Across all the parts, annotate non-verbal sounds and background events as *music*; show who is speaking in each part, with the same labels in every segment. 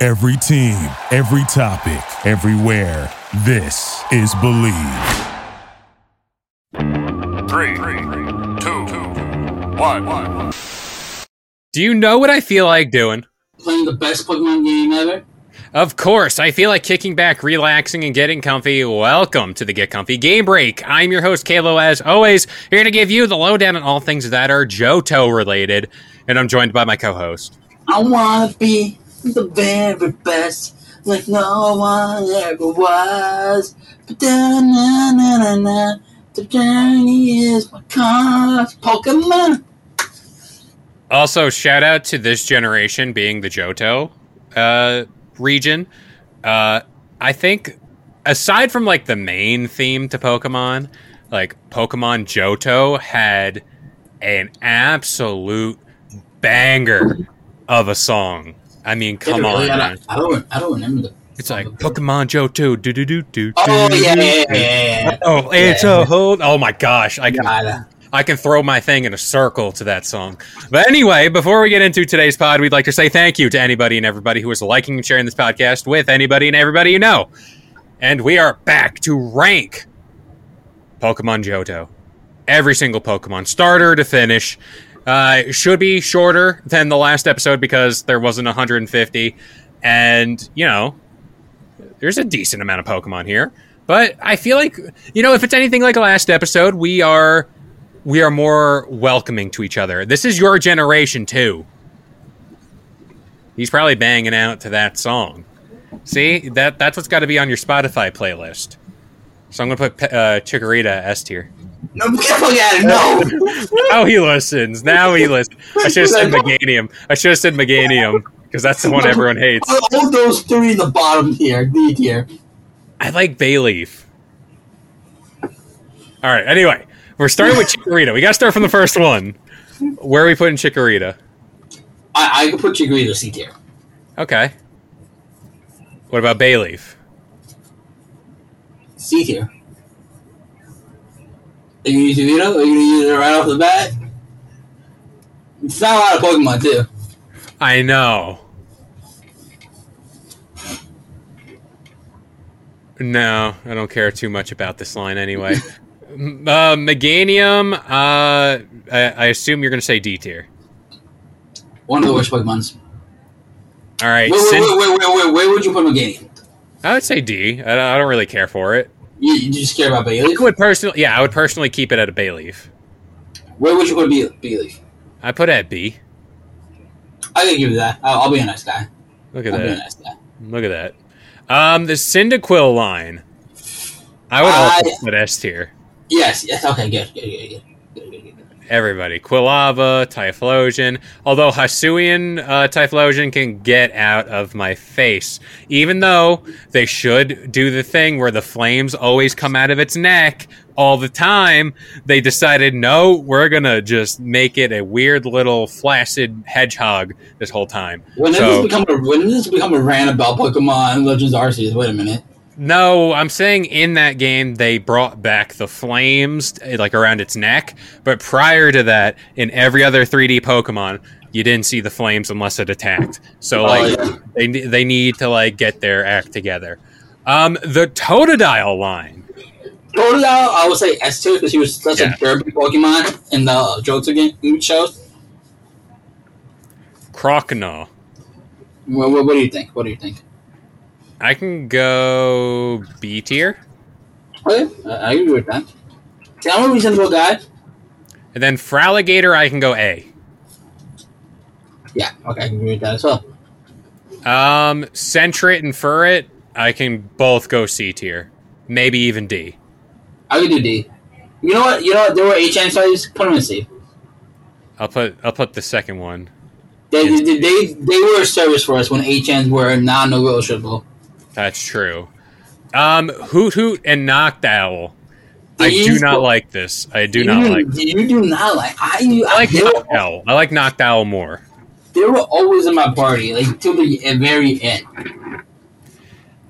Speaker 1: Every team, every topic, everywhere. This is Believe.
Speaker 2: Three, two, one, one.
Speaker 3: Do you know what I feel like doing?
Speaker 4: playing the best Pokemon game ever.
Speaker 3: Of course, I feel like kicking back, relaxing, and getting comfy. Welcome to the Get Comfy Game Break. I'm your host, Kalo, as always, here to give you the lowdown on all things that are Johto related. And I'm joined by my co host.
Speaker 4: I wanna be the very best, like no one ever was. But da na na na na, the journey is what counts. Pokemon.
Speaker 3: Also, shout out to this generation being the Johto uh, region. Uh, I think, aside from like the main theme to Pokemon, like Pokemon Johto had an absolute banger of a song. I mean, come on.
Speaker 4: I,
Speaker 3: man.
Speaker 4: don't, I don't. I don't remember. The,
Speaker 3: It's like Pokemon Johto. Do do do do.
Speaker 4: Oh yeah, yeah, yeah, yeah. yeah.
Speaker 3: Oh, it's a hold. Oh my gosh, I can
Speaker 4: God, uh,
Speaker 3: I can throw my thing in a circle to that song. But anyway, before we get into today's pod, we'd like to say thank you to anybody and everybody who is liking and sharing this podcast with anybody and everybody you know. And we are back to rank Pokemon Johto. Every single Pokemon, starter to finish. Uh, it should be shorter than the last episode because there wasn't 150. And, you know, there's a decent amount of Pokemon here. But I feel like, you know, if it's anything like last episode, we are we are more welcoming to each other. This is your generation too. He's probably banging out to that song. See that that's what's got to be on your Spotify playlist. So I'm gonna put uh, Chikorita S tier.
Speaker 4: No, *laughs* get the fuck out of no.
Speaker 3: *laughs* Now he listens. Now he listens. I should have said Meganium. I should have said Meganium because that's the one everyone hates.
Speaker 4: I hold those three in the bottom tier, D tier.
Speaker 3: I like bay leaf. All right. Anyway, we're starting with Chikorita. We got to start from the first one. Where are we putting Chikorita?
Speaker 4: I, I could put Chikorita C tier.
Speaker 3: Okay. What about bay leaf?
Speaker 4: C tier. Are you using it? Are you gonna use it right off the bat? It's not a lot of Pokemon too.
Speaker 3: I know. No, I don't care too much about this line
Speaker 4: *laughs*
Speaker 3: anyway. M- uh, Meganium, uh, I, I assume you're going to say D tier.
Speaker 4: One of the worst Pokemons.
Speaker 3: All right.
Speaker 4: Wait, wait,
Speaker 3: Sin-
Speaker 4: wait, wait, wait, wait, where would you put Meganium?
Speaker 3: I would say D. I don't, I don't really care for it.
Speaker 4: You, you just care about Bailey?
Speaker 3: I would personally, yeah, I would personally keep it at a bay leaf.
Speaker 4: Where would you put Ba- Bailey?
Speaker 3: I put it at B.
Speaker 4: I can give you that. I'll, I'll be a nice guy.
Speaker 3: Look at
Speaker 4: I'll be a
Speaker 3: that.
Speaker 4: nice guy.
Speaker 3: Look at that. Um, the Cyndaquil line. I would
Speaker 4: I-
Speaker 3: also put S tier.
Speaker 4: Yes, yes, okay, good, good, good, good. good, good, good, good.
Speaker 3: Everybody. Quilava, Typhlosion. Although Hisuian uh, Typhlosion can get out of my face. Even though they should do the thing where the flames always come out of its neck all the time, they decided, no, we're going to just make it a weird little flaccid hedgehog this whole time.
Speaker 4: When did
Speaker 3: So-
Speaker 4: this become a when did this become a rant about Pokemon Legends Arceus? Wait a minute.
Speaker 3: No, I'm saying in that game they brought back the flames eh, like around its neck, but prior to that, in every other 3D Pokemon, you didn't see the flames unless it attacked. So
Speaker 4: Oh,
Speaker 3: like
Speaker 4: yeah.
Speaker 3: they ne- they need to like get their act together. Um, the Totodile line.
Speaker 4: Totodile, I would say S tier because he was such
Speaker 3: Yeah.
Speaker 4: a derby Pokemon in the Johto game shows.
Speaker 3: Croconaw.
Speaker 4: What, what, what do you think? What do you think?
Speaker 3: I can go B tier.
Speaker 4: Okay, I, I agree with that. See, I'm a reasonable guy.
Speaker 3: And then for alligator, I can go A.
Speaker 4: Yeah, okay, I can agree with that as well.
Speaker 3: Um, Centrit and Furret, I can both go C tier. Maybe even D.
Speaker 4: I would do D. You know what? You know what? There were HN studies. Put them in C.
Speaker 3: I'll put I'll put the second one.
Speaker 4: They, they, they, they were a service for us when HNs were non-negotiable.
Speaker 3: That's true. Um, Hoot Hoot and Knocked Owl. I do
Speaker 4: These-
Speaker 3: not like this. I do
Speaker 4: you
Speaker 3: not
Speaker 4: do,
Speaker 3: like.
Speaker 4: You do not like. I, you,
Speaker 3: I like
Speaker 4: they, were,
Speaker 3: Knocked Owl. I like Knocked Owl more.
Speaker 4: they were always in my party, like till the e, very end.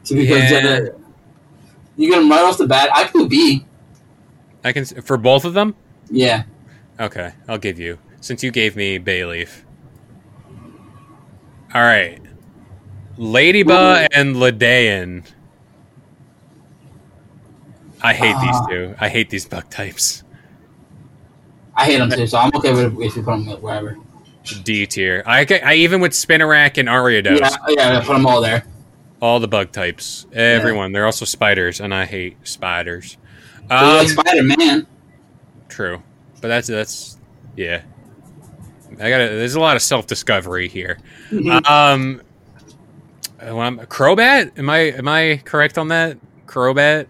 Speaker 4: So because
Speaker 3: Yeah.
Speaker 4: uh, you're gonna right off the bat, I put B.
Speaker 3: I can s- for both of them.
Speaker 4: Yeah,
Speaker 3: Okay, I'll give you since you gave me bay leaf. All right, Ladyba and Ladean. I hate
Speaker 4: Ah.
Speaker 3: these two. I hate these buck types.
Speaker 4: I hate them too, so I'm okay with if you put them wherever.
Speaker 3: D tier. I, ca- I even with Spinarak and Ariados,
Speaker 4: Yeah, yeah, put them all there.
Speaker 3: all the bug types, everyone. They're also spiders, and I hate spiders.
Speaker 4: They were
Speaker 3: Um,
Speaker 4: like Spider Man.
Speaker 3: True, but that's that's yeah. I got to There's a lot of self discovery here.
Speaker 4: Mm-hmm.
Speaker 3: um, well, I'm, Crobat. Am I am I correct on that? Crobat.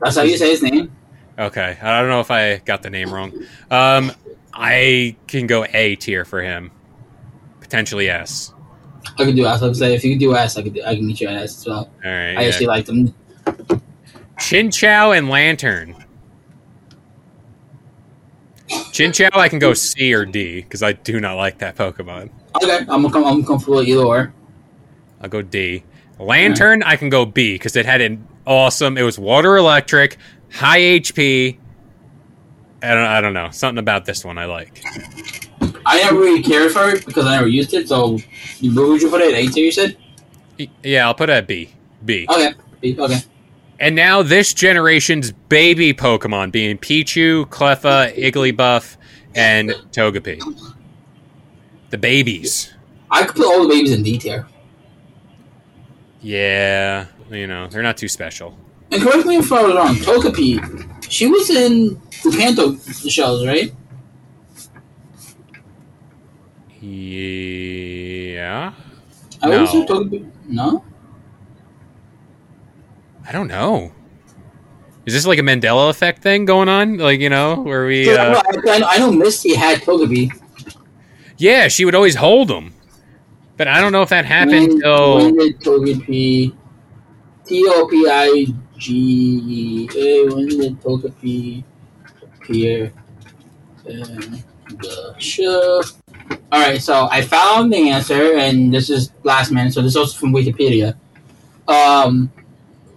Speaker 4: That's how you say his name.
Speaker 3: Okay, I don't know if I got the name wrong. Um, I can go A tier for him, potentially S.
Speaker 4: I could do ass. I would say if you could do ass, I could do, I can meet your ass as well.
Speaker 3: All right.
Speaker 4: I actually
Speaker 3: yeah.
Speaker 4: like them.
Speaker 3: Chin Chow and Lantern. Chin Chow, I can go C or D because I do not like that Pokemon.
Speaker 4: Okay, I'm com- I'm comfortable with either or.
Speaker 3: I'll go D. Lantern, I can go B because it had an awesome. It was water electric, high HP. I don't, I don't know. Something about this one I like.
Speaker 4: I never really cared for it because I never used it. So, you- what would you put it? Eight tier, you said?
Speaker 3: Y- Yeah, I'll put it at B. B.
Speaker 4: Okay, okay.
Speaker 3: And now this generation's baby Pokemon being Pichu, Cleffa, Igglybuff, and Togepi. The babies.
Speaker 4: I could put all the babies in D tier.
Speaker 3: Yeah, you know, they're not too special.
Speaker 4: And correct me if I was wrong. Togepi, she was in the Panto shells, right?
Speaker 3: Yeah.
Speaker 4: I always
Speaker 3: No.
Speaker 4: heard Togepi. No,
Speaker 3: I don't know. Is this like a Mandela effect thing going on? Like, you know, where we.
Speaker 4: Dude, I,
Speaker 3: Uh,
Speaker 4: know, I, know, I know Misty had Togepi.
Speaker 3: yeah, she would always hold them. But I don't know if that happened
Speaker 4: When-
Speaker 3: till.
Speaker 4: when did Togepi? T O P I G E A. When did Togepi appear in the show? All right, so I found the answer, and this is last minute, so this is also from Wikipedia. Um,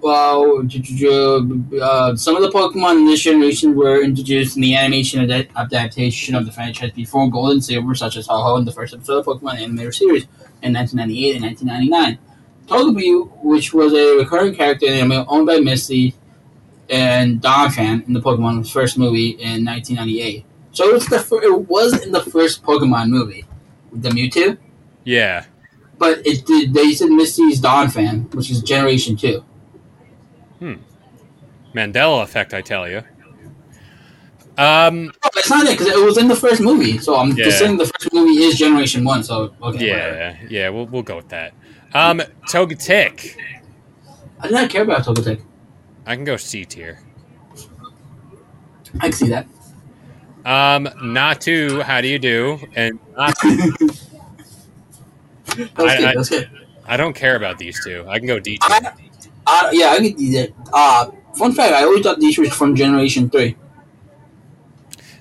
Speaker 4: well, j- j- j- uh, some of the Pokemon in this generation were introduced in the animation ad- adaptation of the franchise before Gold and Silver, such as Ho-Ho in the first episode of Pokemon Animator Series in 1998 and 1999. Togepi, which was a recurring character in anime owned by Misty and Donphan in the Pokemon first movie in 1998. So it was, the fir- it was in the first Pokemon movie, the Mewtwo,
Speaker 3: Yeah.
Speaker 4: but it did, they said Misty's Donphan, which is Generation 2.
Speaker 3: Mandela effect, I tell you. Um,
Speaker 4: No, it's not it, because it was in the first movie. So I'm
Speaker 3: Yeah.
Speaker 4: just saying the first movie is Generation 1, so okay. whatever.
Speaker 3: yeah, yeah, we'll, we'll go with that. Um, Togetic,
Speaker 4: I did not care about Togetic.
Speaker 3: I can go C tier.
Speaker 4: I can see that.
Speaker 3: Um, Natu, how do you do? And uh, Natu,
Speaker 4: That was
Speaker 3: I- I-
Speaker 4: good. that was good.
Speaker 3: I don't care about these two. I can go D tier.
Speaker 4: I, uh, yeah, I could do that. Uh, fun fact: I always thought these were from Generation Three.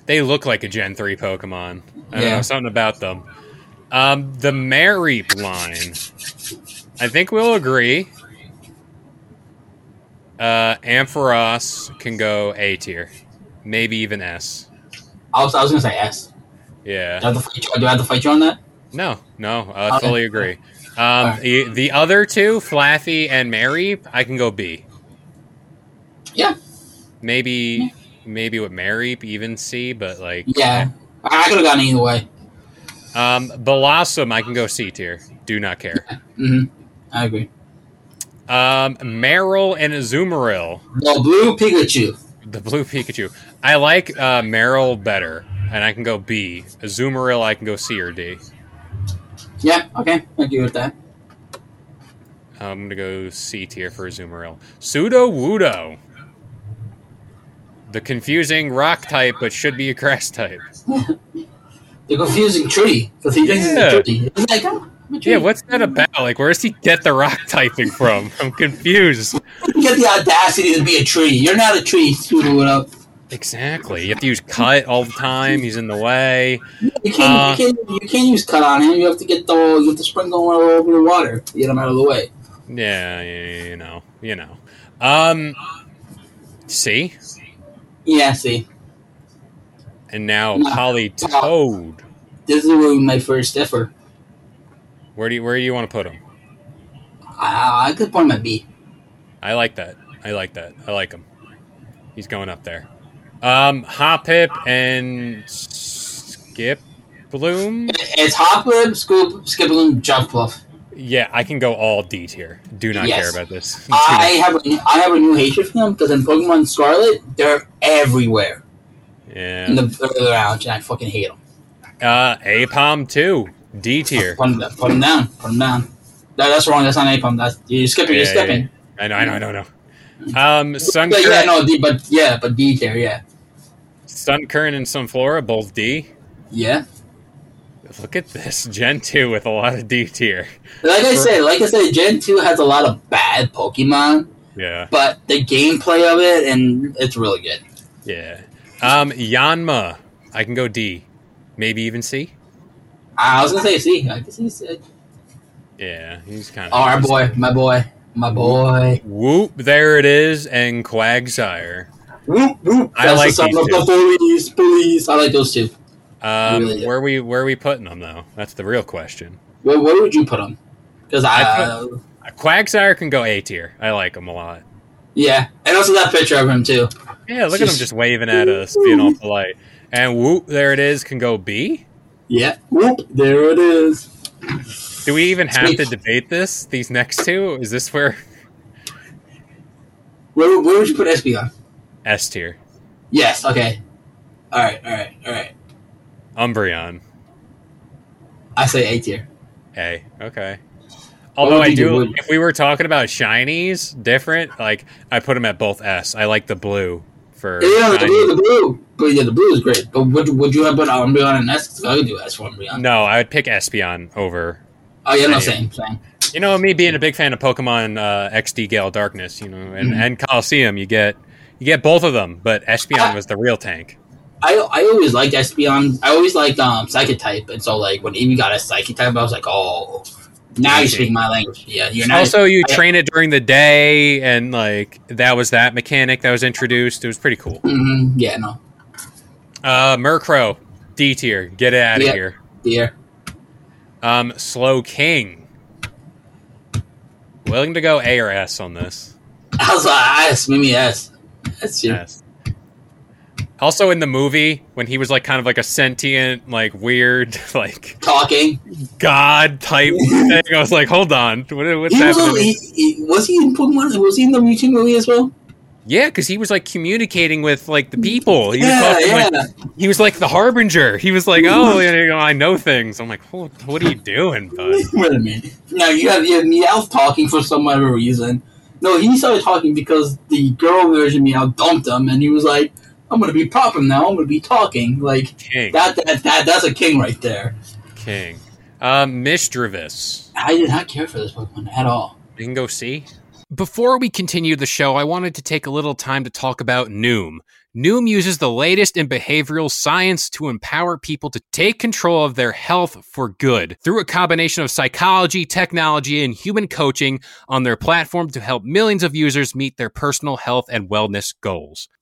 Speaker 3: They look like a Gen 3 Pokemon. I don't
Speaker 4: Yeah.
Speaker 3: know, something about them. Um, the Mareep line. I think we'll agree. Uh, Ampharos can go A tier, maybe even S.
Speaker 4: I was, I was gonna say S. Do I
Speaker 3: Yeah.
Speaker 4: have to fight you, do I have to fight you on that?
Speaker 3: No, no, I
Speaker 4: Okay.
Speaker 3: fully agree. Um, the, the other two, Flaffy and Mareep, I can go B.
Speaker 4: Yeah,
Speaker 3: Maybe, maybe with Mareep, even C, but like,
Speaker 4: yeah. I, I could have gotten either way.
Speaker 3: Um, Blossom, I can go C tier. Do not care.
Speaker 4: Mm-hmm. I agree.
Speaker 3: Um, Meryl and Azumarill,
Speaker 4: No, blue Pikachu.
Speaker 3: the blue *laughs* Pikachu. I like uh, Meryl better, and I can go B. Azumarill, I can go C or D.
Speaker 4: Yeah, okay. I agree with that.
Speaker 3: I'm gonna go C tier for Azumarill. Pseudo Wudo, the confusing rock type, but should be a grass type.
Speaker 4: The confusing tree. Because he thinks it's
Speaker 3: Yeah.
Speaker 4: a tree. It's like, oh, I'm a tree.
Speaker 3: Yeah, what's that about? Like, where does he get the rock typing from? *laughs* I'm confused.
Speaker 4: You get the audacity to be a tree. You're not a tree, Scooter. What up?
Speaker 3: Exactly. You have to use cut all the time. He's in the way.
Speaker 4: You
Speaker 3: Uh.
Speaker 4: can't, you, can't, you can't use cut on him. You have to get the you have to sprinkle all over the water. to Get him out of the way.
Speaker 3: Yeah, yeah, you know, you know. Um, see,
Speaker 4: Yeah, see,
Speaker 3: and now Polytoad.
Speaker 4: this is where my first differ.
Speaker 3: Where do you where do you want to put him?
Speaker 4: I, I could point my B.
Speaker 3: I like that. I like that. I like him. He's going up there. Um, Hoppip and Skip Bloom.
Speaker 4: It's Hopwood, Scoop, Skiploom, Jump Bluff.
Speaker 3: Yeah, I can go all D tier. Do not
Speaker 4: Yes.
Speaker 3: care about this. *laughs*
Speaker 4: I have a, I have a new hatred for them because in Pokemon Scarlet they're everywhere in
Speaker 3: yeah.
Speaker 4: the further rounds, and I fucking hate them.
Speaker 3: Uh, Apom two D tier.
Speaker 4: Put them, put 'em down. Put them down. That, that's wrong. That's not Napalm. That's you're skipping. you're
Speaker 3: Yeah,
Speaker 4: skipping.
Speaker 3: I know. I know. I know. I know. Um, Sun
Speaker 4: Yeah, yeah, no, D, but yeah, but D tier, yeah,
Speaker 3: Sun Current and Sunflora, both D.
Speaker 4: yeah.
Speaker 3: Look at this Gen 2 with a lot of D tier.
Speaker 4: Like I said, like I said, Gen two has a lot of bad Pokemon,
Speaker 3: Yeah.
Speaker 4: but the gameplay of it and it's really good.
Speaker 3: Yeah. Um Yanma. I can go D. Maybe even C.
Speaker 4: I was gonna say C. I guess uh, he said,
Speaker 3: Yeah, he's kind of
Speaker 4: "Oh, our boy, my boy, my boy."
Speaker 3: Whoop, there it is, and Quagsire.
Speaker 4: Whoop whoop.
Speaker 3: I
Speaker 4: That's
Speaker 3: like
Speaker 4: the sound
Speaker 3: these
Speaker 4: of the police, police. I like those two.
Speaker 3: Um
Speaker 4: Really?
Speaker 3: where we where are we putting them though? That's the real question.
Speaker 4: Where, where would you put them? Because I,
Speaker 3: I Quagsire can go A tier. I like him a lot.
Speaker 4: yeah, and also that picture of him too.
Speaker 3: Yeah, look at him just waving at us, being all polite. And whoop, there it is, can go B.
Speaker 4: Yeah. Whoop. There it is.
Speaker 3: Do we even have to
Speaker 4: Sweet.
Speaker 3: debate this? These next two? Is this where
Speaker 4: Where, where would you put SB on?
Speaker 3: S tier?
Speaker 4: Yes. Okay. All right. All right. All right.
Speaker 3: Umbreon.
Speaker 4: I say A tier.
Speaker 3: Hey, okay.
Speaker 4: What
Speaker 3: Although
Speaker 4: would
Speaker 3: I
Speaker 4: you
Speaker 3: do,
Speaker 4: do? Would-
Speaker 3: if we were talking about shinies, different, like I put them at both S. I like the blue for.
Speaker 4: Yeah, the
Speaker 3: shiny.
Speaker 4: blue, the blue. But yeah, the blue is great. But would, would you have put Umbreon and S? 'Cause I could do S for Umbreon.
Speaker 3: No, I would pick Espeon over.
Speaker 4: Oh yeah, no,
Speaker 3: Same.
Speaker 4: same, same.
Speaker 3: You know, me being a big fan of Pokemon uh, XD Gale Darkness, you know, and,
Speaker 4: Mm-hmm.
Speaker 3: and Coliseum, you get you get both of them, but
Speaker 4: Ah.
Speaker 3: Espeon was the real tank.
Speaker 4: I, I always liked Espeon. I always liked um Psychic type, and so like when Eevee got a Psychic type, I was like, oh, now you speak my language. Yeah, you're not.
Speaker 3: Also, you
Speaker 4: I-
Speaker 3: train it during the day, and like that was that mechanic that was introduced. It was pretty cool.
Speaker 4: Mhm, yeah, no,
Speaker 3: Uh, Murkrow, D tier, get it out of
Speaker 4: Yeah.
Speaker 3: here.
Speaker 4: yeah.
Speaker 3: Um, Slow King. Willing to go A or S on this.
Speaker 4: *laughs* I was like, ah, S, maybe S. That's you.
Speaker 3: S. Also in the movie, when he was like kind of like a sentient, like weird, *laughs* like
Speaker 4: Talking.
Speaker 3: god type thing, I was like, hold on, what, what's
Speaker 4: He was, on,
Speaker 3: happening?
Speaker 4: he, he, was he in Pokemon? Was he in the Mewtwo movie as well? *laughs*
Speaker 3: yeah, because he was like communicating with like the people. He was
Speaker 4: Yeah,
Speaker 3: talking like-
Speaker 4: yeah.
Speaker 3: he was like the harbinger. He was like, oh, you know, I know things. I'm like, what, what are you doing,
Speaker 4: *laughs*
Speaker 3: bud?
Speaker 4: Wait a minute. No, you have you have Meowth talking for some other reason. No, he started talking because the girl version Meow dumped him, and he was like, "I'm gonna be proper now. I'm gonna be talking." Like
Speaker 3: King,
Speaker 4: that, that, that that's a king right there.
Speaker 3: king. Um, Mischievous.
Speaker 4: I did not care for this Pokemon at all.
Speaker 3: You can go see. Before we continue the show, I wanted to take a little time to talk about Noom. Noom uses the latest in behavioral science to empower people to take control of their health for good through a combination of psychology, technology, and human coaching on their platform to help millions of users meet their personal health and wellness goals.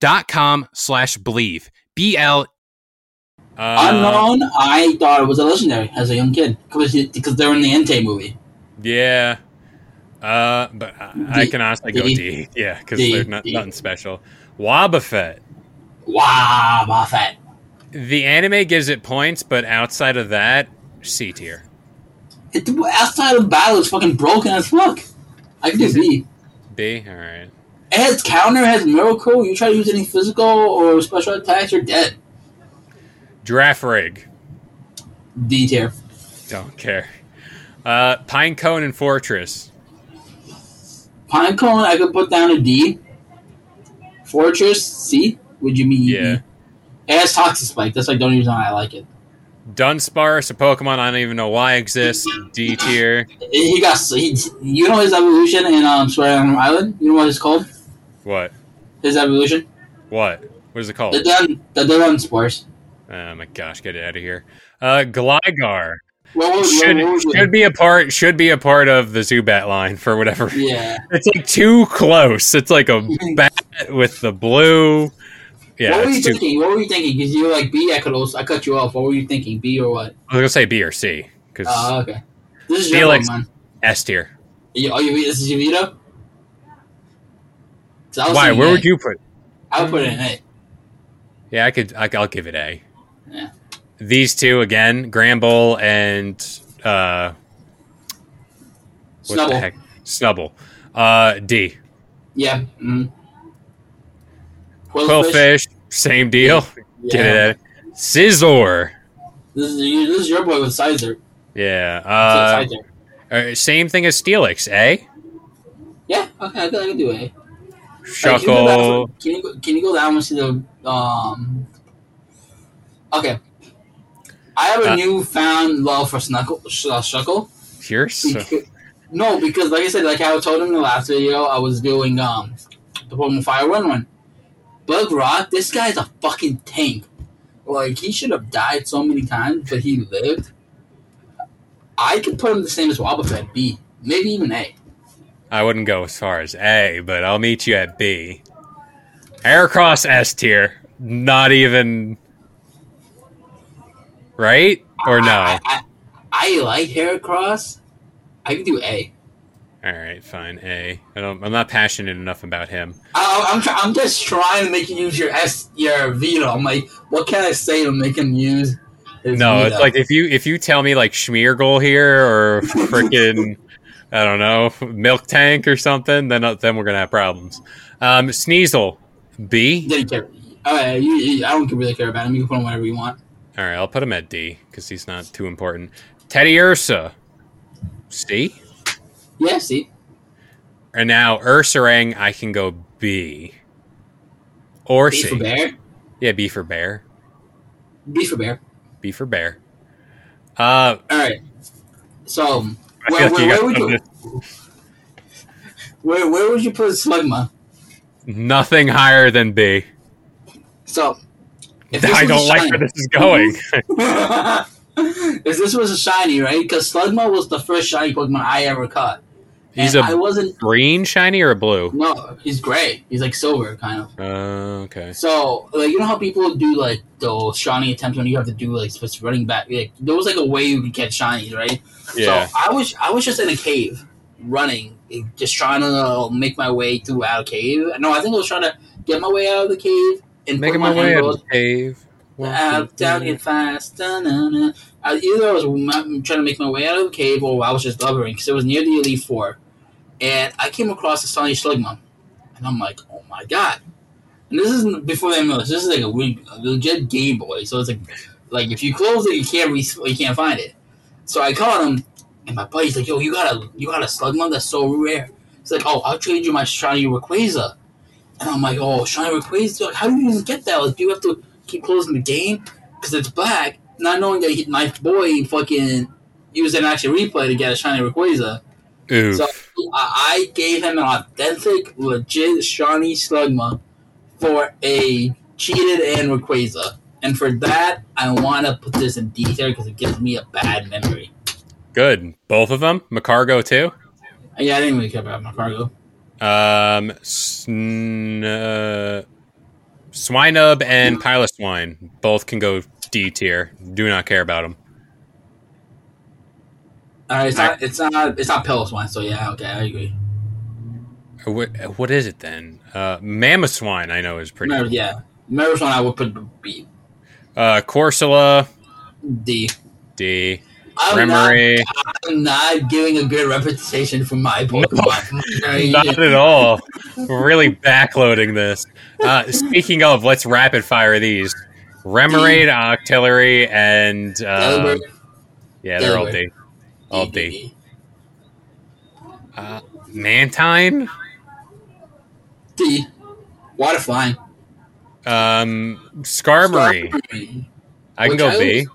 Speaker 3: dot com slash believe. B-L Uh,
Speaker 4: Unknown, I thought it was a legendary as a young kid because because they're in the Entei movie.
Speaker 3: Yeah. Uh, but I, I
Speaker 4: D-
Speaker 3: can honestly go
Speaker 4: D.
Speaker 3: D. *laughs* Yeah, because
Speaker 4: D,
Speaker 3: there's not,
Speaker 4: D.
Speaker 3: nothing special. Wobbuffet.
Speaker 4: Wow, Buffett.
Speaker 3: The anime gives it points, but outside of that, C tier.
Speaker 4: It, outside of battle is fucking broken as fuck. I can do B.
Speaker 3: B. All right.
Speaker 4: It has counter, it has miracle. You try to use any physical or special attacks, you're dead.
Speaker 3: Giraffe rig.
Speaker 4: D tier.
Speaker 3: Don't care. Uh, pine cone and fortress.
Speaker 4: Pinecone, I could put down a D. Fortress, C. Would you mean?
Speaker 3: Yeah.
Speaker 4: It has toxic spike. That's like don't use it. I like it.
Speaker 3: Dunsparce, a Pokemon I don't even know why exists. D tier.
Speaker 4: He got. He, you know his evolution in um, Sword Art Island. You know what it's called?
Speaker 3: What?
Speaker 4: His evolution.
Speaker 3: What? What is it called?
Speaker 4: The done. The done spores.
Speaker 3: Oh my gosh, get it out of here. Uh, Gligar.
Speaker 4: What would,
Speaker 3: should
Speaker 4: what would-
Speaker 3: should be a part should be a part of the Zubat line for whatever.
Speaker 4: Yeah.
Speaker 3: It's like too close. It's like a bat with the blue. Yeah,
Speaker 4: what were you
Speaker 3: it's too,
Speaker 4: thinking? What were you thinking? Because you were like B. I could also. I cut you off. What were you thinking? B or what?
Speaker 3: I was gonna say B or C because
Speaker 4: Oh, okay. This is your
Speaker 3: Felix-
Speaker 4: man.
Speaker 3: S tier.
Speaker 4: You, oh, you, this is your veto? So I was
Speaker 3: Why?
Speaker 4: thinking
Speaker 3: Where
Speaker 4: A.
Speaker 3: would you put?
Speaker 4: I would put it in A.
Speaker 3: Yeah, I could. I, I'll give it A.
Speaker 4: Yeah.
Speaker 3: These two again, Gramble and uh, what the
Speaker 4: Snubble.
Speaker 3: heck, Snubble. Uh, D.
Speaker 4: Yeah. Mm.
Speaker 3: Quillfish, same deal. Get it?
Speaker 4: Yeah.
Speaker 3: out. Scizor.
Speaker 4: This is, your- this is your boy with Sizer.
Speaker 3: Yeah. Uh,
Speaker 4: Sizer.
Speaker 3: Uh, same thing as Steelix, eh?
Speaker 4: Yeah, okay, I can, I can do A. Like, can you go down
Speaker 3: Shuckle.
Speaker 4: one- Can you, go- can you go down and see the. um? Okay. I have a
Speaker 3: Uh,
Speaker 4: newfound love for Snuckle, sh- uh, Shuckle.
Speaker 3: You're so.
Speaker 4: *laughs* Because- no, because like I said, like I told him in the last video, I was doing um the Pokemon Fire Run one. Bug Rock, this guy's a fucking tank. Like he should have died so many times, but he lived. I could put him the same as Wobbuffet, B, maybe even A.
Speaker 3: I wouldn't go as far as A, but I'll meet you at B. Aircross S tier. Not even. Right? Or no?
Speaker 4: I, I, I like Heracross. I could do A.
Speaker 3: All right, fine. A. I don't, I'm not passionate enough about him.
Speaker 4: I, I'm try, I'm just trying to make you use your S your veto. I'm like, what can I say to make him use? His
Speaker 3: No,
Speaker 4: veto?
Speaker 3: it's like if you if you tell me like Schmiergel here
Speaker 4: *laughs*
Speaker 3: or freaking I don't know milk tank or something, then uh, then we're gonna have problems. Um, Sneasel B.
Speaker 4: didn't care. Uh, you, you, I don't really care about him. You can put him wherever you want.
Speaker 3: All right, I'll put him at D because he's not too important. Teddy Ursa, C,
Speaker 4: Yeah, see,
Speaker 3: and now Ursaring, I can go B or
Speaker 4: B for
Speaker 3: C.
Speaker 4: bear.
Speaker 3: Yeah, B for bear,
Speaker 4: B for bear.
Speaker 3: B for bear. Uh,
Speaker 4: All right. So um,
Speaker 3: I
Speaker 4: where,
Speaker 3: feel like
Speaker 4: where,
Speaker 3: you
Speaker 4: where
Speaker 3: got
Speaker 4: would you where, where would you put Slugma?
Speaker 3: nothing higher than B.
Speaker 4: So if
Speaker 3: *laughs*
Speaker 4: this
Speaker 3: I
Speaker 4: was
Speaker 3: don't
Speaker 4: a
Speaker 3: like
Speaker 4: shiny-
Speaker 3: where this is going.
Speaker 4: if this was a shiny, right? Because Slugma was the first shiny Pokemon I ever caught.
Speaker 3: He's
Speaker 4: and
Speaker 3: a-
Speaker 4: I wasn't.
Speaker 3: *laughs* Green, shiny, or blue?
Speaker 4: No, he's gray. He's like silver, kind of.
Speaker 3: Uh, okay.
Speaker 4: So, like, you know how people do like those shiny attempts when you have to do like specific running back. Like, there was like a way you could catch shinies, right?
Speaker 3: Yeah.
Speaker 4: So I was I was just in a cave, running, just trying to make my way through out of cave. No, I think I was trying to get my way out of the cave and put
Speaker 3: Making my way out
Speaker 4: hand
Speaker 3: of the cave. One,
Speaker 4: out,
Speaker 3: two,
Speaker 4: down
Speaker 3: three.
Speaker 4: and fast. da-na-na. I, either I was m- trying to make my way out of the cave, or I was just blubbering because it was near the Elite Four, and I came across a Sonny Slugma, and I'm like, oh my god! And this isn't before the MLS. This is like a, re- a legit Game Boy, so it's like, like if you close it, you can't re- you can't find it. So I caught him, and my buddy's like, yo, you got a you got a Slugma that's so rare. He's like, oh, I'll trade you my shiny Rayquaza. And I'm like, oh, Shiny Rayquaza, how do you even get that? Like, do you have to keep closing the game? Because it's black, not knowing that he, my boy fucking used an action replay to get a Shiny Rayquaza.
Speaker 3: Oof.
Speaker 4: So I, I gave him an authentic, legit Shawnee Slugma for a cheated and Rayquaza. And for that, I want to put this in detail because it gives me a bad memory.
Speaker 3: Good. Both of them. Macargo too.
Speaker 4: Yeah, I didn't really care about my cargo.
Speaker 3: Um, sn- uh, Swinub and Piloswine both can go D tier. Do not care about them.
Speaker 4: All right, it's not, it's not, it's not Pillows one. So yeah, okay, I agree.
Speaker 3: Uh, What, what is it then? Uh, Mamoswine, I know is pretty.
Speaker 4: Mer- yeah, Meryl's one I would put B
Speaker 3: Uh, Corsola
Speaker 4: D.
Speaker 3: D.
Speaker 4: I'm not,
Speaker 3: Remory,
Speaker 4: I'm not giving a good representation for my
Speaker 3: *laughs*
Speaker 4: Pokemon.
Speaker 3: not at all. We're really backloading this. Uh, speaking of, let's rapid fire these. Remoraid, Octillery, and uh,
Speaker 4: Delibird,
Speaker 3: yeah, they're all D.
Speaker 4: Delibird.
Speaker 3: All
Speaker 4: D, D,
Speaker 3: D.
Speaker 4: D.
Speaker 3: Uh, Mantine.
Speaker 4: D. Water flying.
Speaker 3: Um, Scarberry.
Speaker 4: Strawberry.
Speaker 3: I can
Speaker 4: Which
Speaker 3: go
Speaker 4: I
Speaker 3: B.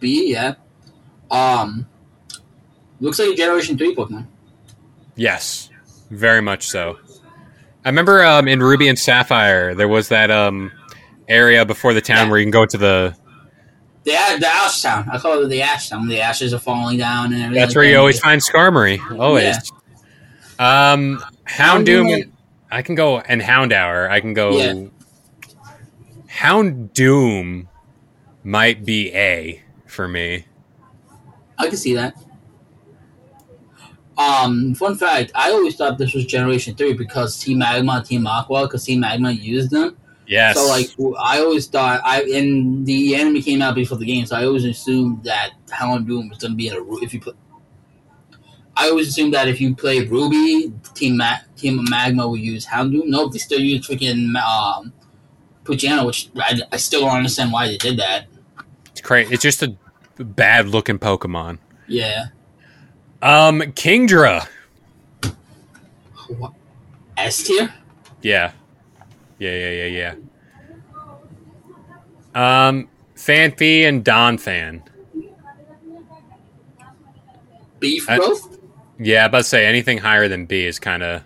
Speaker 4: B, yeah. Um, looks like a Generation 3 Pokemon.
Speaker 3: Yes, very much so. I remember um, in Ruby and Sapphire, there was that um, area before the town
Speaker 4: Yeah.
Speaker 3: where you can go to the.
Speaker 4: The, a- the Ash Town. I call it the Ash Town. The ashes are falling down and everything.
Speaker 3: That's where you always find Skarmory. Always. Um, Houndoom.
Speaker 4: Houndoom.
Speaker 3: I can go and Hound Hour. I can go.
Speaker 4: Yeah.
Speaker 3: Houndoom might be A for me.
Speaker 4: I can see that. Um, fun fact, I always thought this was Generation 3 because Team Magma, Team Aqua, because Team Magma used them.
Speaker 3: Yes.
Speaker 4: So, like, I always thought, I and the anime came out before the game, so I always assumed that Houndoom was going to be in a Ru- if you put. I always assumed that if you played Ruby, Team Ma- Team Magma would use Houndoom. Nope, they still use freaking um, Puchiana, which I, I still don't understand why they did that.
Speaker 3: it's, cra- it's just a bad looking Pokemon.
Speaker 4: Yeah,
Speaker 3: Um, Kingdra.
Speaker 4: S tier.
Speaker 3: Yeah. Yeah, yeah, yeah, yeah. Um, Fanpy and Don Fan.
Speaker 4: Beef
Speaker 3: I-
Speaker 4: growth.
Speaker 3: Yeah, about to say anything higher than B is kind of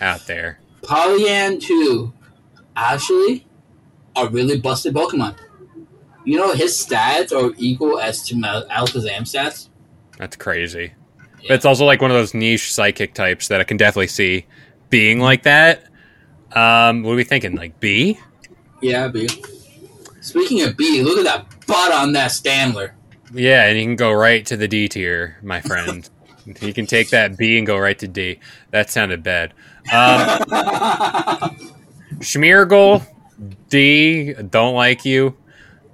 Speaker 3: out there.
Speaker 4: Polyan two, actually, a really busted Pokemon. You know his stats are equal as to Mal- Alakazam stats.
Speaker 3: That's crazy. But
Speaker 4: Yeah.
Speaker 3: it's also like one of those niche psychic types that I can definitely see being like that. Um, what are we thinking? Like B?
Speaker 4: Yeah, B. Speaking of B, look at that butt on that Standler.
Speaker 3: Yeah, and you can go right to the D tier, my friend. you can take that B and go right to D. That sounded bad. Um, Schmiergle, D, don't like you.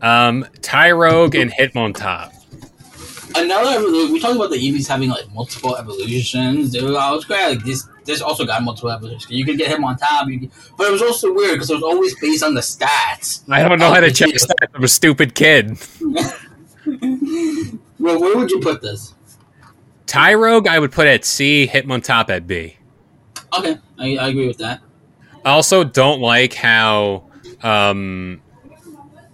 Speaker 3: Um, Tyrogue and Hitmontop.
Speaker 4: Another evolution. We talked about the Eevees having like multiple evolutions. They were always great. Like this, this also got multiple evolutions. You could get him on top, you could, but it was also weird because it was always based on the stats.
Speaker 3: I don't know how to
Speaker 4: Oh,
Speaker 3: check
Speaker 4: geez.
Speaker 3: stats. I'm a stupid kid.
Speaker 4: Where, where would you put this?
Speaker 3: Tyrogue, I would put at C, Hitmontop at B.
Speaker 4: Okay, I, I agree with that.
Speaker 3: I also don't like how um,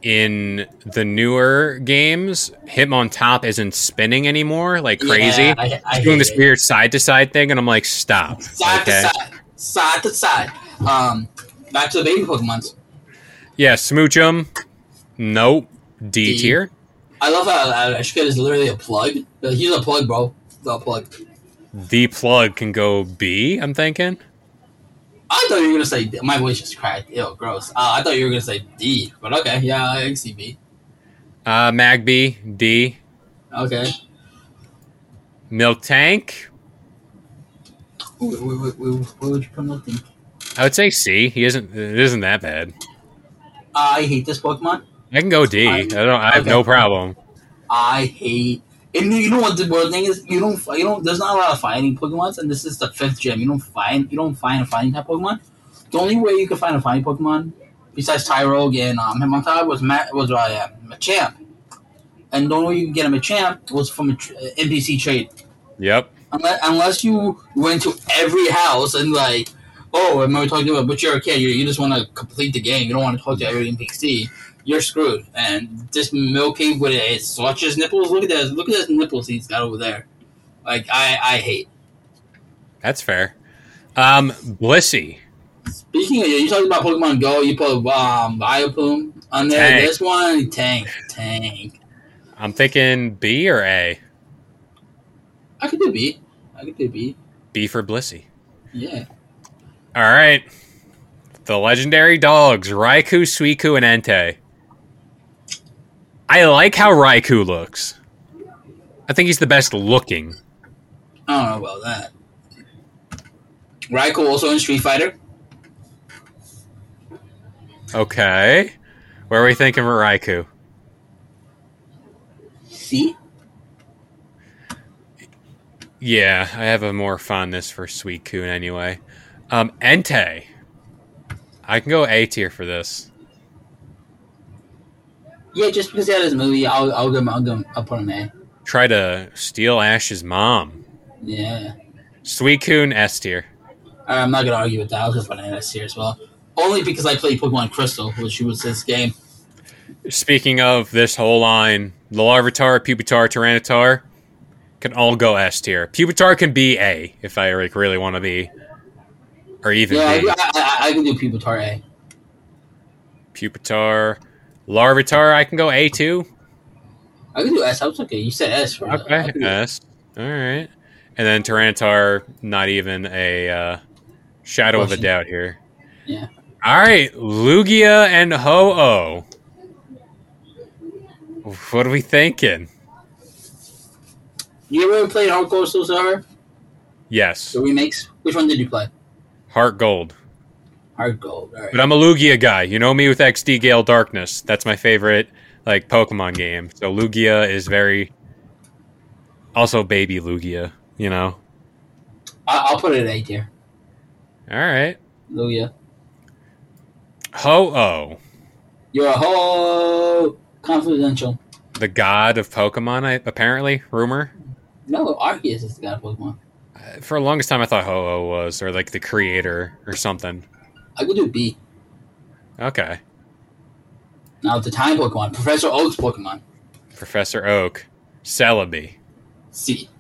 Speaker 3: in the newer games, Hitmontop isn't spinning anymore like crazy.
Speaker 4: Yeah, I, I
Speaker 3: He's doing
Speaker 4: hate
Speaker 3: this
Speaker 4: it.
Speaker 3: weird side to side thing, and I'm like, stop.
Speaker 4: side
Speaker 3: okay.
Speaker 4: to side, side to side. Um, back to the baby Pokemon.
Speaker 3: Yeah, Smoochum. Nope. D
Speaker 4: D.
Speaker 3: tier.
Speaker 4: I love how uh, Ashkid is literally a plug. He's a plug, bro. He's a plug.
Speaker 3: the plug can go B. I'm thinking.
Speaker 4: I thought you were gonna say my voice just cracked. Ew, gross. Uh, I thought you were gonna say D, but okay, yeah, I can see B.
Speaker 3: Uh, Magby D.
Speaker 4: Okay.
Speaker 3: Milk tank.
Speaker 4: Ooh, wait, wait, wait, where would you put my thing?
Speaker 3: I would say C. He isn't. It isn't that bad.
Speaker 4: I hate this Pokemon.
Speaker 3: I can go D. I don't. I have no
Speaker 4: Okay.
Speaker 3: problem.
Speaker 4: I hate. And you know what the worst thing is? You don't. You don't. There's not a lot of fighting Pokemons, and this is the fifth gym. You don't find. You don't find a fighting type Pokemon. The only way you could find a fighting Pokemon, besides Tyrogue and um, Hitmontop, was Matt was uh, Machamp. And the only way you could get a Machamp was from a tr- uh, NPC trade.
Speaker 3: Yep.
Speaker 4: Unless, unless you went to every house and like, oh, I remember talking about, but you're a kid. You, you just want to complete the game. You don't want to talk to every NPC. You're screwed. And this Milky with his such his nipples. Look at those. Look at those nipples he's got over there. Like I, I hate.
Speaker 3: That's fair. Um, Blissey.
Speaker 4: Speaking of, you talked about Pokemon Go. You put um Bioplume on there.
Speaker 3: Tank.
Speaker 4: This one tank, tank.
Speaker 3: I'm thinking B or A.
Speaker 4: I could do B. I could do B.
Speaker 3: B for Blissey.
Speaker 4: Yeah.
Speaker 3: All right. The legendary dogs, Raikou, Suiku, and Entei. I like how Raikou looks. I think he's the best looking.
Speaker 4: I don't know about that. Raikou also in Street Fighter.
Speaker 3: Okay. Where are we thinking for Raikou?
Speaker 4: See.
Speaker 3: Yeah, I have a more fondness for Suicune anyway. Um, Entei. I can go A tier for this.
Speaker 4: Yeah, just because he had his movie, I'll I'll give him I'll, give him, I'll put him A.
Speaker 3: Try to steal Ash's mom.
Speaker 4: Yeah,
Speaker 3: Suicune S tier.
Speaker 4: I'm not gonna argue with that. I'll just put an S here as well. Only because I played Pokemon Crystal, which was this game.
Speaker 3: Speaking of this whole line, the Larvitar, Pupitar, Tyranitar can all go S tier. Pupitar can be A if I like, really want to be, or even
Speaker 4: Yeah, I,
Speaker 3: B.
Speaker 4: I, I, I can do Pupitar A.
Speaker 3: Pupitar, Larvitar, I can go A too.
Speaker 4: I can do S. I was okay. You said S for I
Speaker 3: Okay,
Speaker 4: can do-
Speaker 3: S. All right, and then Tyranitar, not even a uh, shadow of a
Speaker 4: Question.
Speaker 3: doubt here.
Speaker 4: Yeah.
Speaker 3: All right, Lugia and Ho Oh. What are we thinking?
Speaker 4: You ever played Hardcore Soul Silver?
Speaker 3: Yes,
Speaker 4: The remakes. Which one did you play?
Speaker 3: Heart Gold.
Speaker 4: Hard Gold. All right.
Speaker 3: But I'm a Lugia guy. You know me with XD Gale Darkness. That's my favorite like Pokemon game. So Lugia is very also baby Lugia, you know.
Speaker 4: I, I'll put it at A tier.
Speaker 3: All right.
Speaker 4: Lugia,
Speaker 3: Ho-Oh,
Speaker 4: you're a whole confidential.
Speaker 3: the god of Pokemon, I, apparently, rumor.
Speaker 4: No, Arceus is the god of Pokemon.
Speaker 3: Uh, For the longest time I thought Ho-Oh was or like the creator or something.
Speaker 4: I could do B.
Speaker 3: Okay.
Speaker 4: Now the time Pokemon, Professor Oak's Pokemon.
Speaker 3: Professor Oak, Celebi.
Speaker 4: C.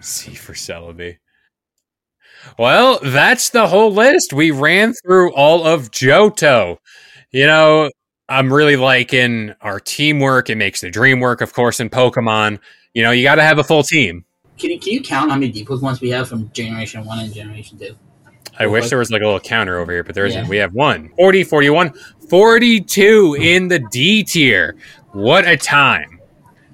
Speaker 3: C for Celebi. Well, that's the whole list. We ran through all of Johto. You know, I'm really liking our teamwork. It makes the dream work, of course, in Pokemon. You know, you got to have a full team.
Speaker 4: Can you, can you count how many deep Pokemons we have from Generation 1 and Generation 2?
Speaker 3: I wish there was like a little counter over here, but there isn't.
Speaker 4: Yeah.
Speaker 3: We have one 40, 41, 42 in the D tier. What a time.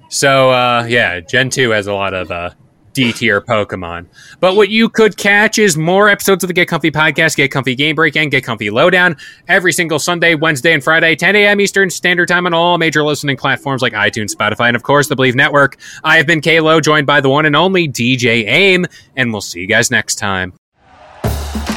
Speaker 3: So, uh, yeah, Gen 2 has a lot of uh, D tier Pokemon. But what you could catch is more episodes of the Get Comfy podcast, Get Comfy Game Break, and Get Comfy Lowdown every single Sunday, Wednesday, and Friday, 10 a.m. Eastern Standard Time on all major listening platforms like iTunes, Spotify, and of course the Believe Network. I have been Kalo, joined by the one and only DJ Aim, and we'll see you guys next time.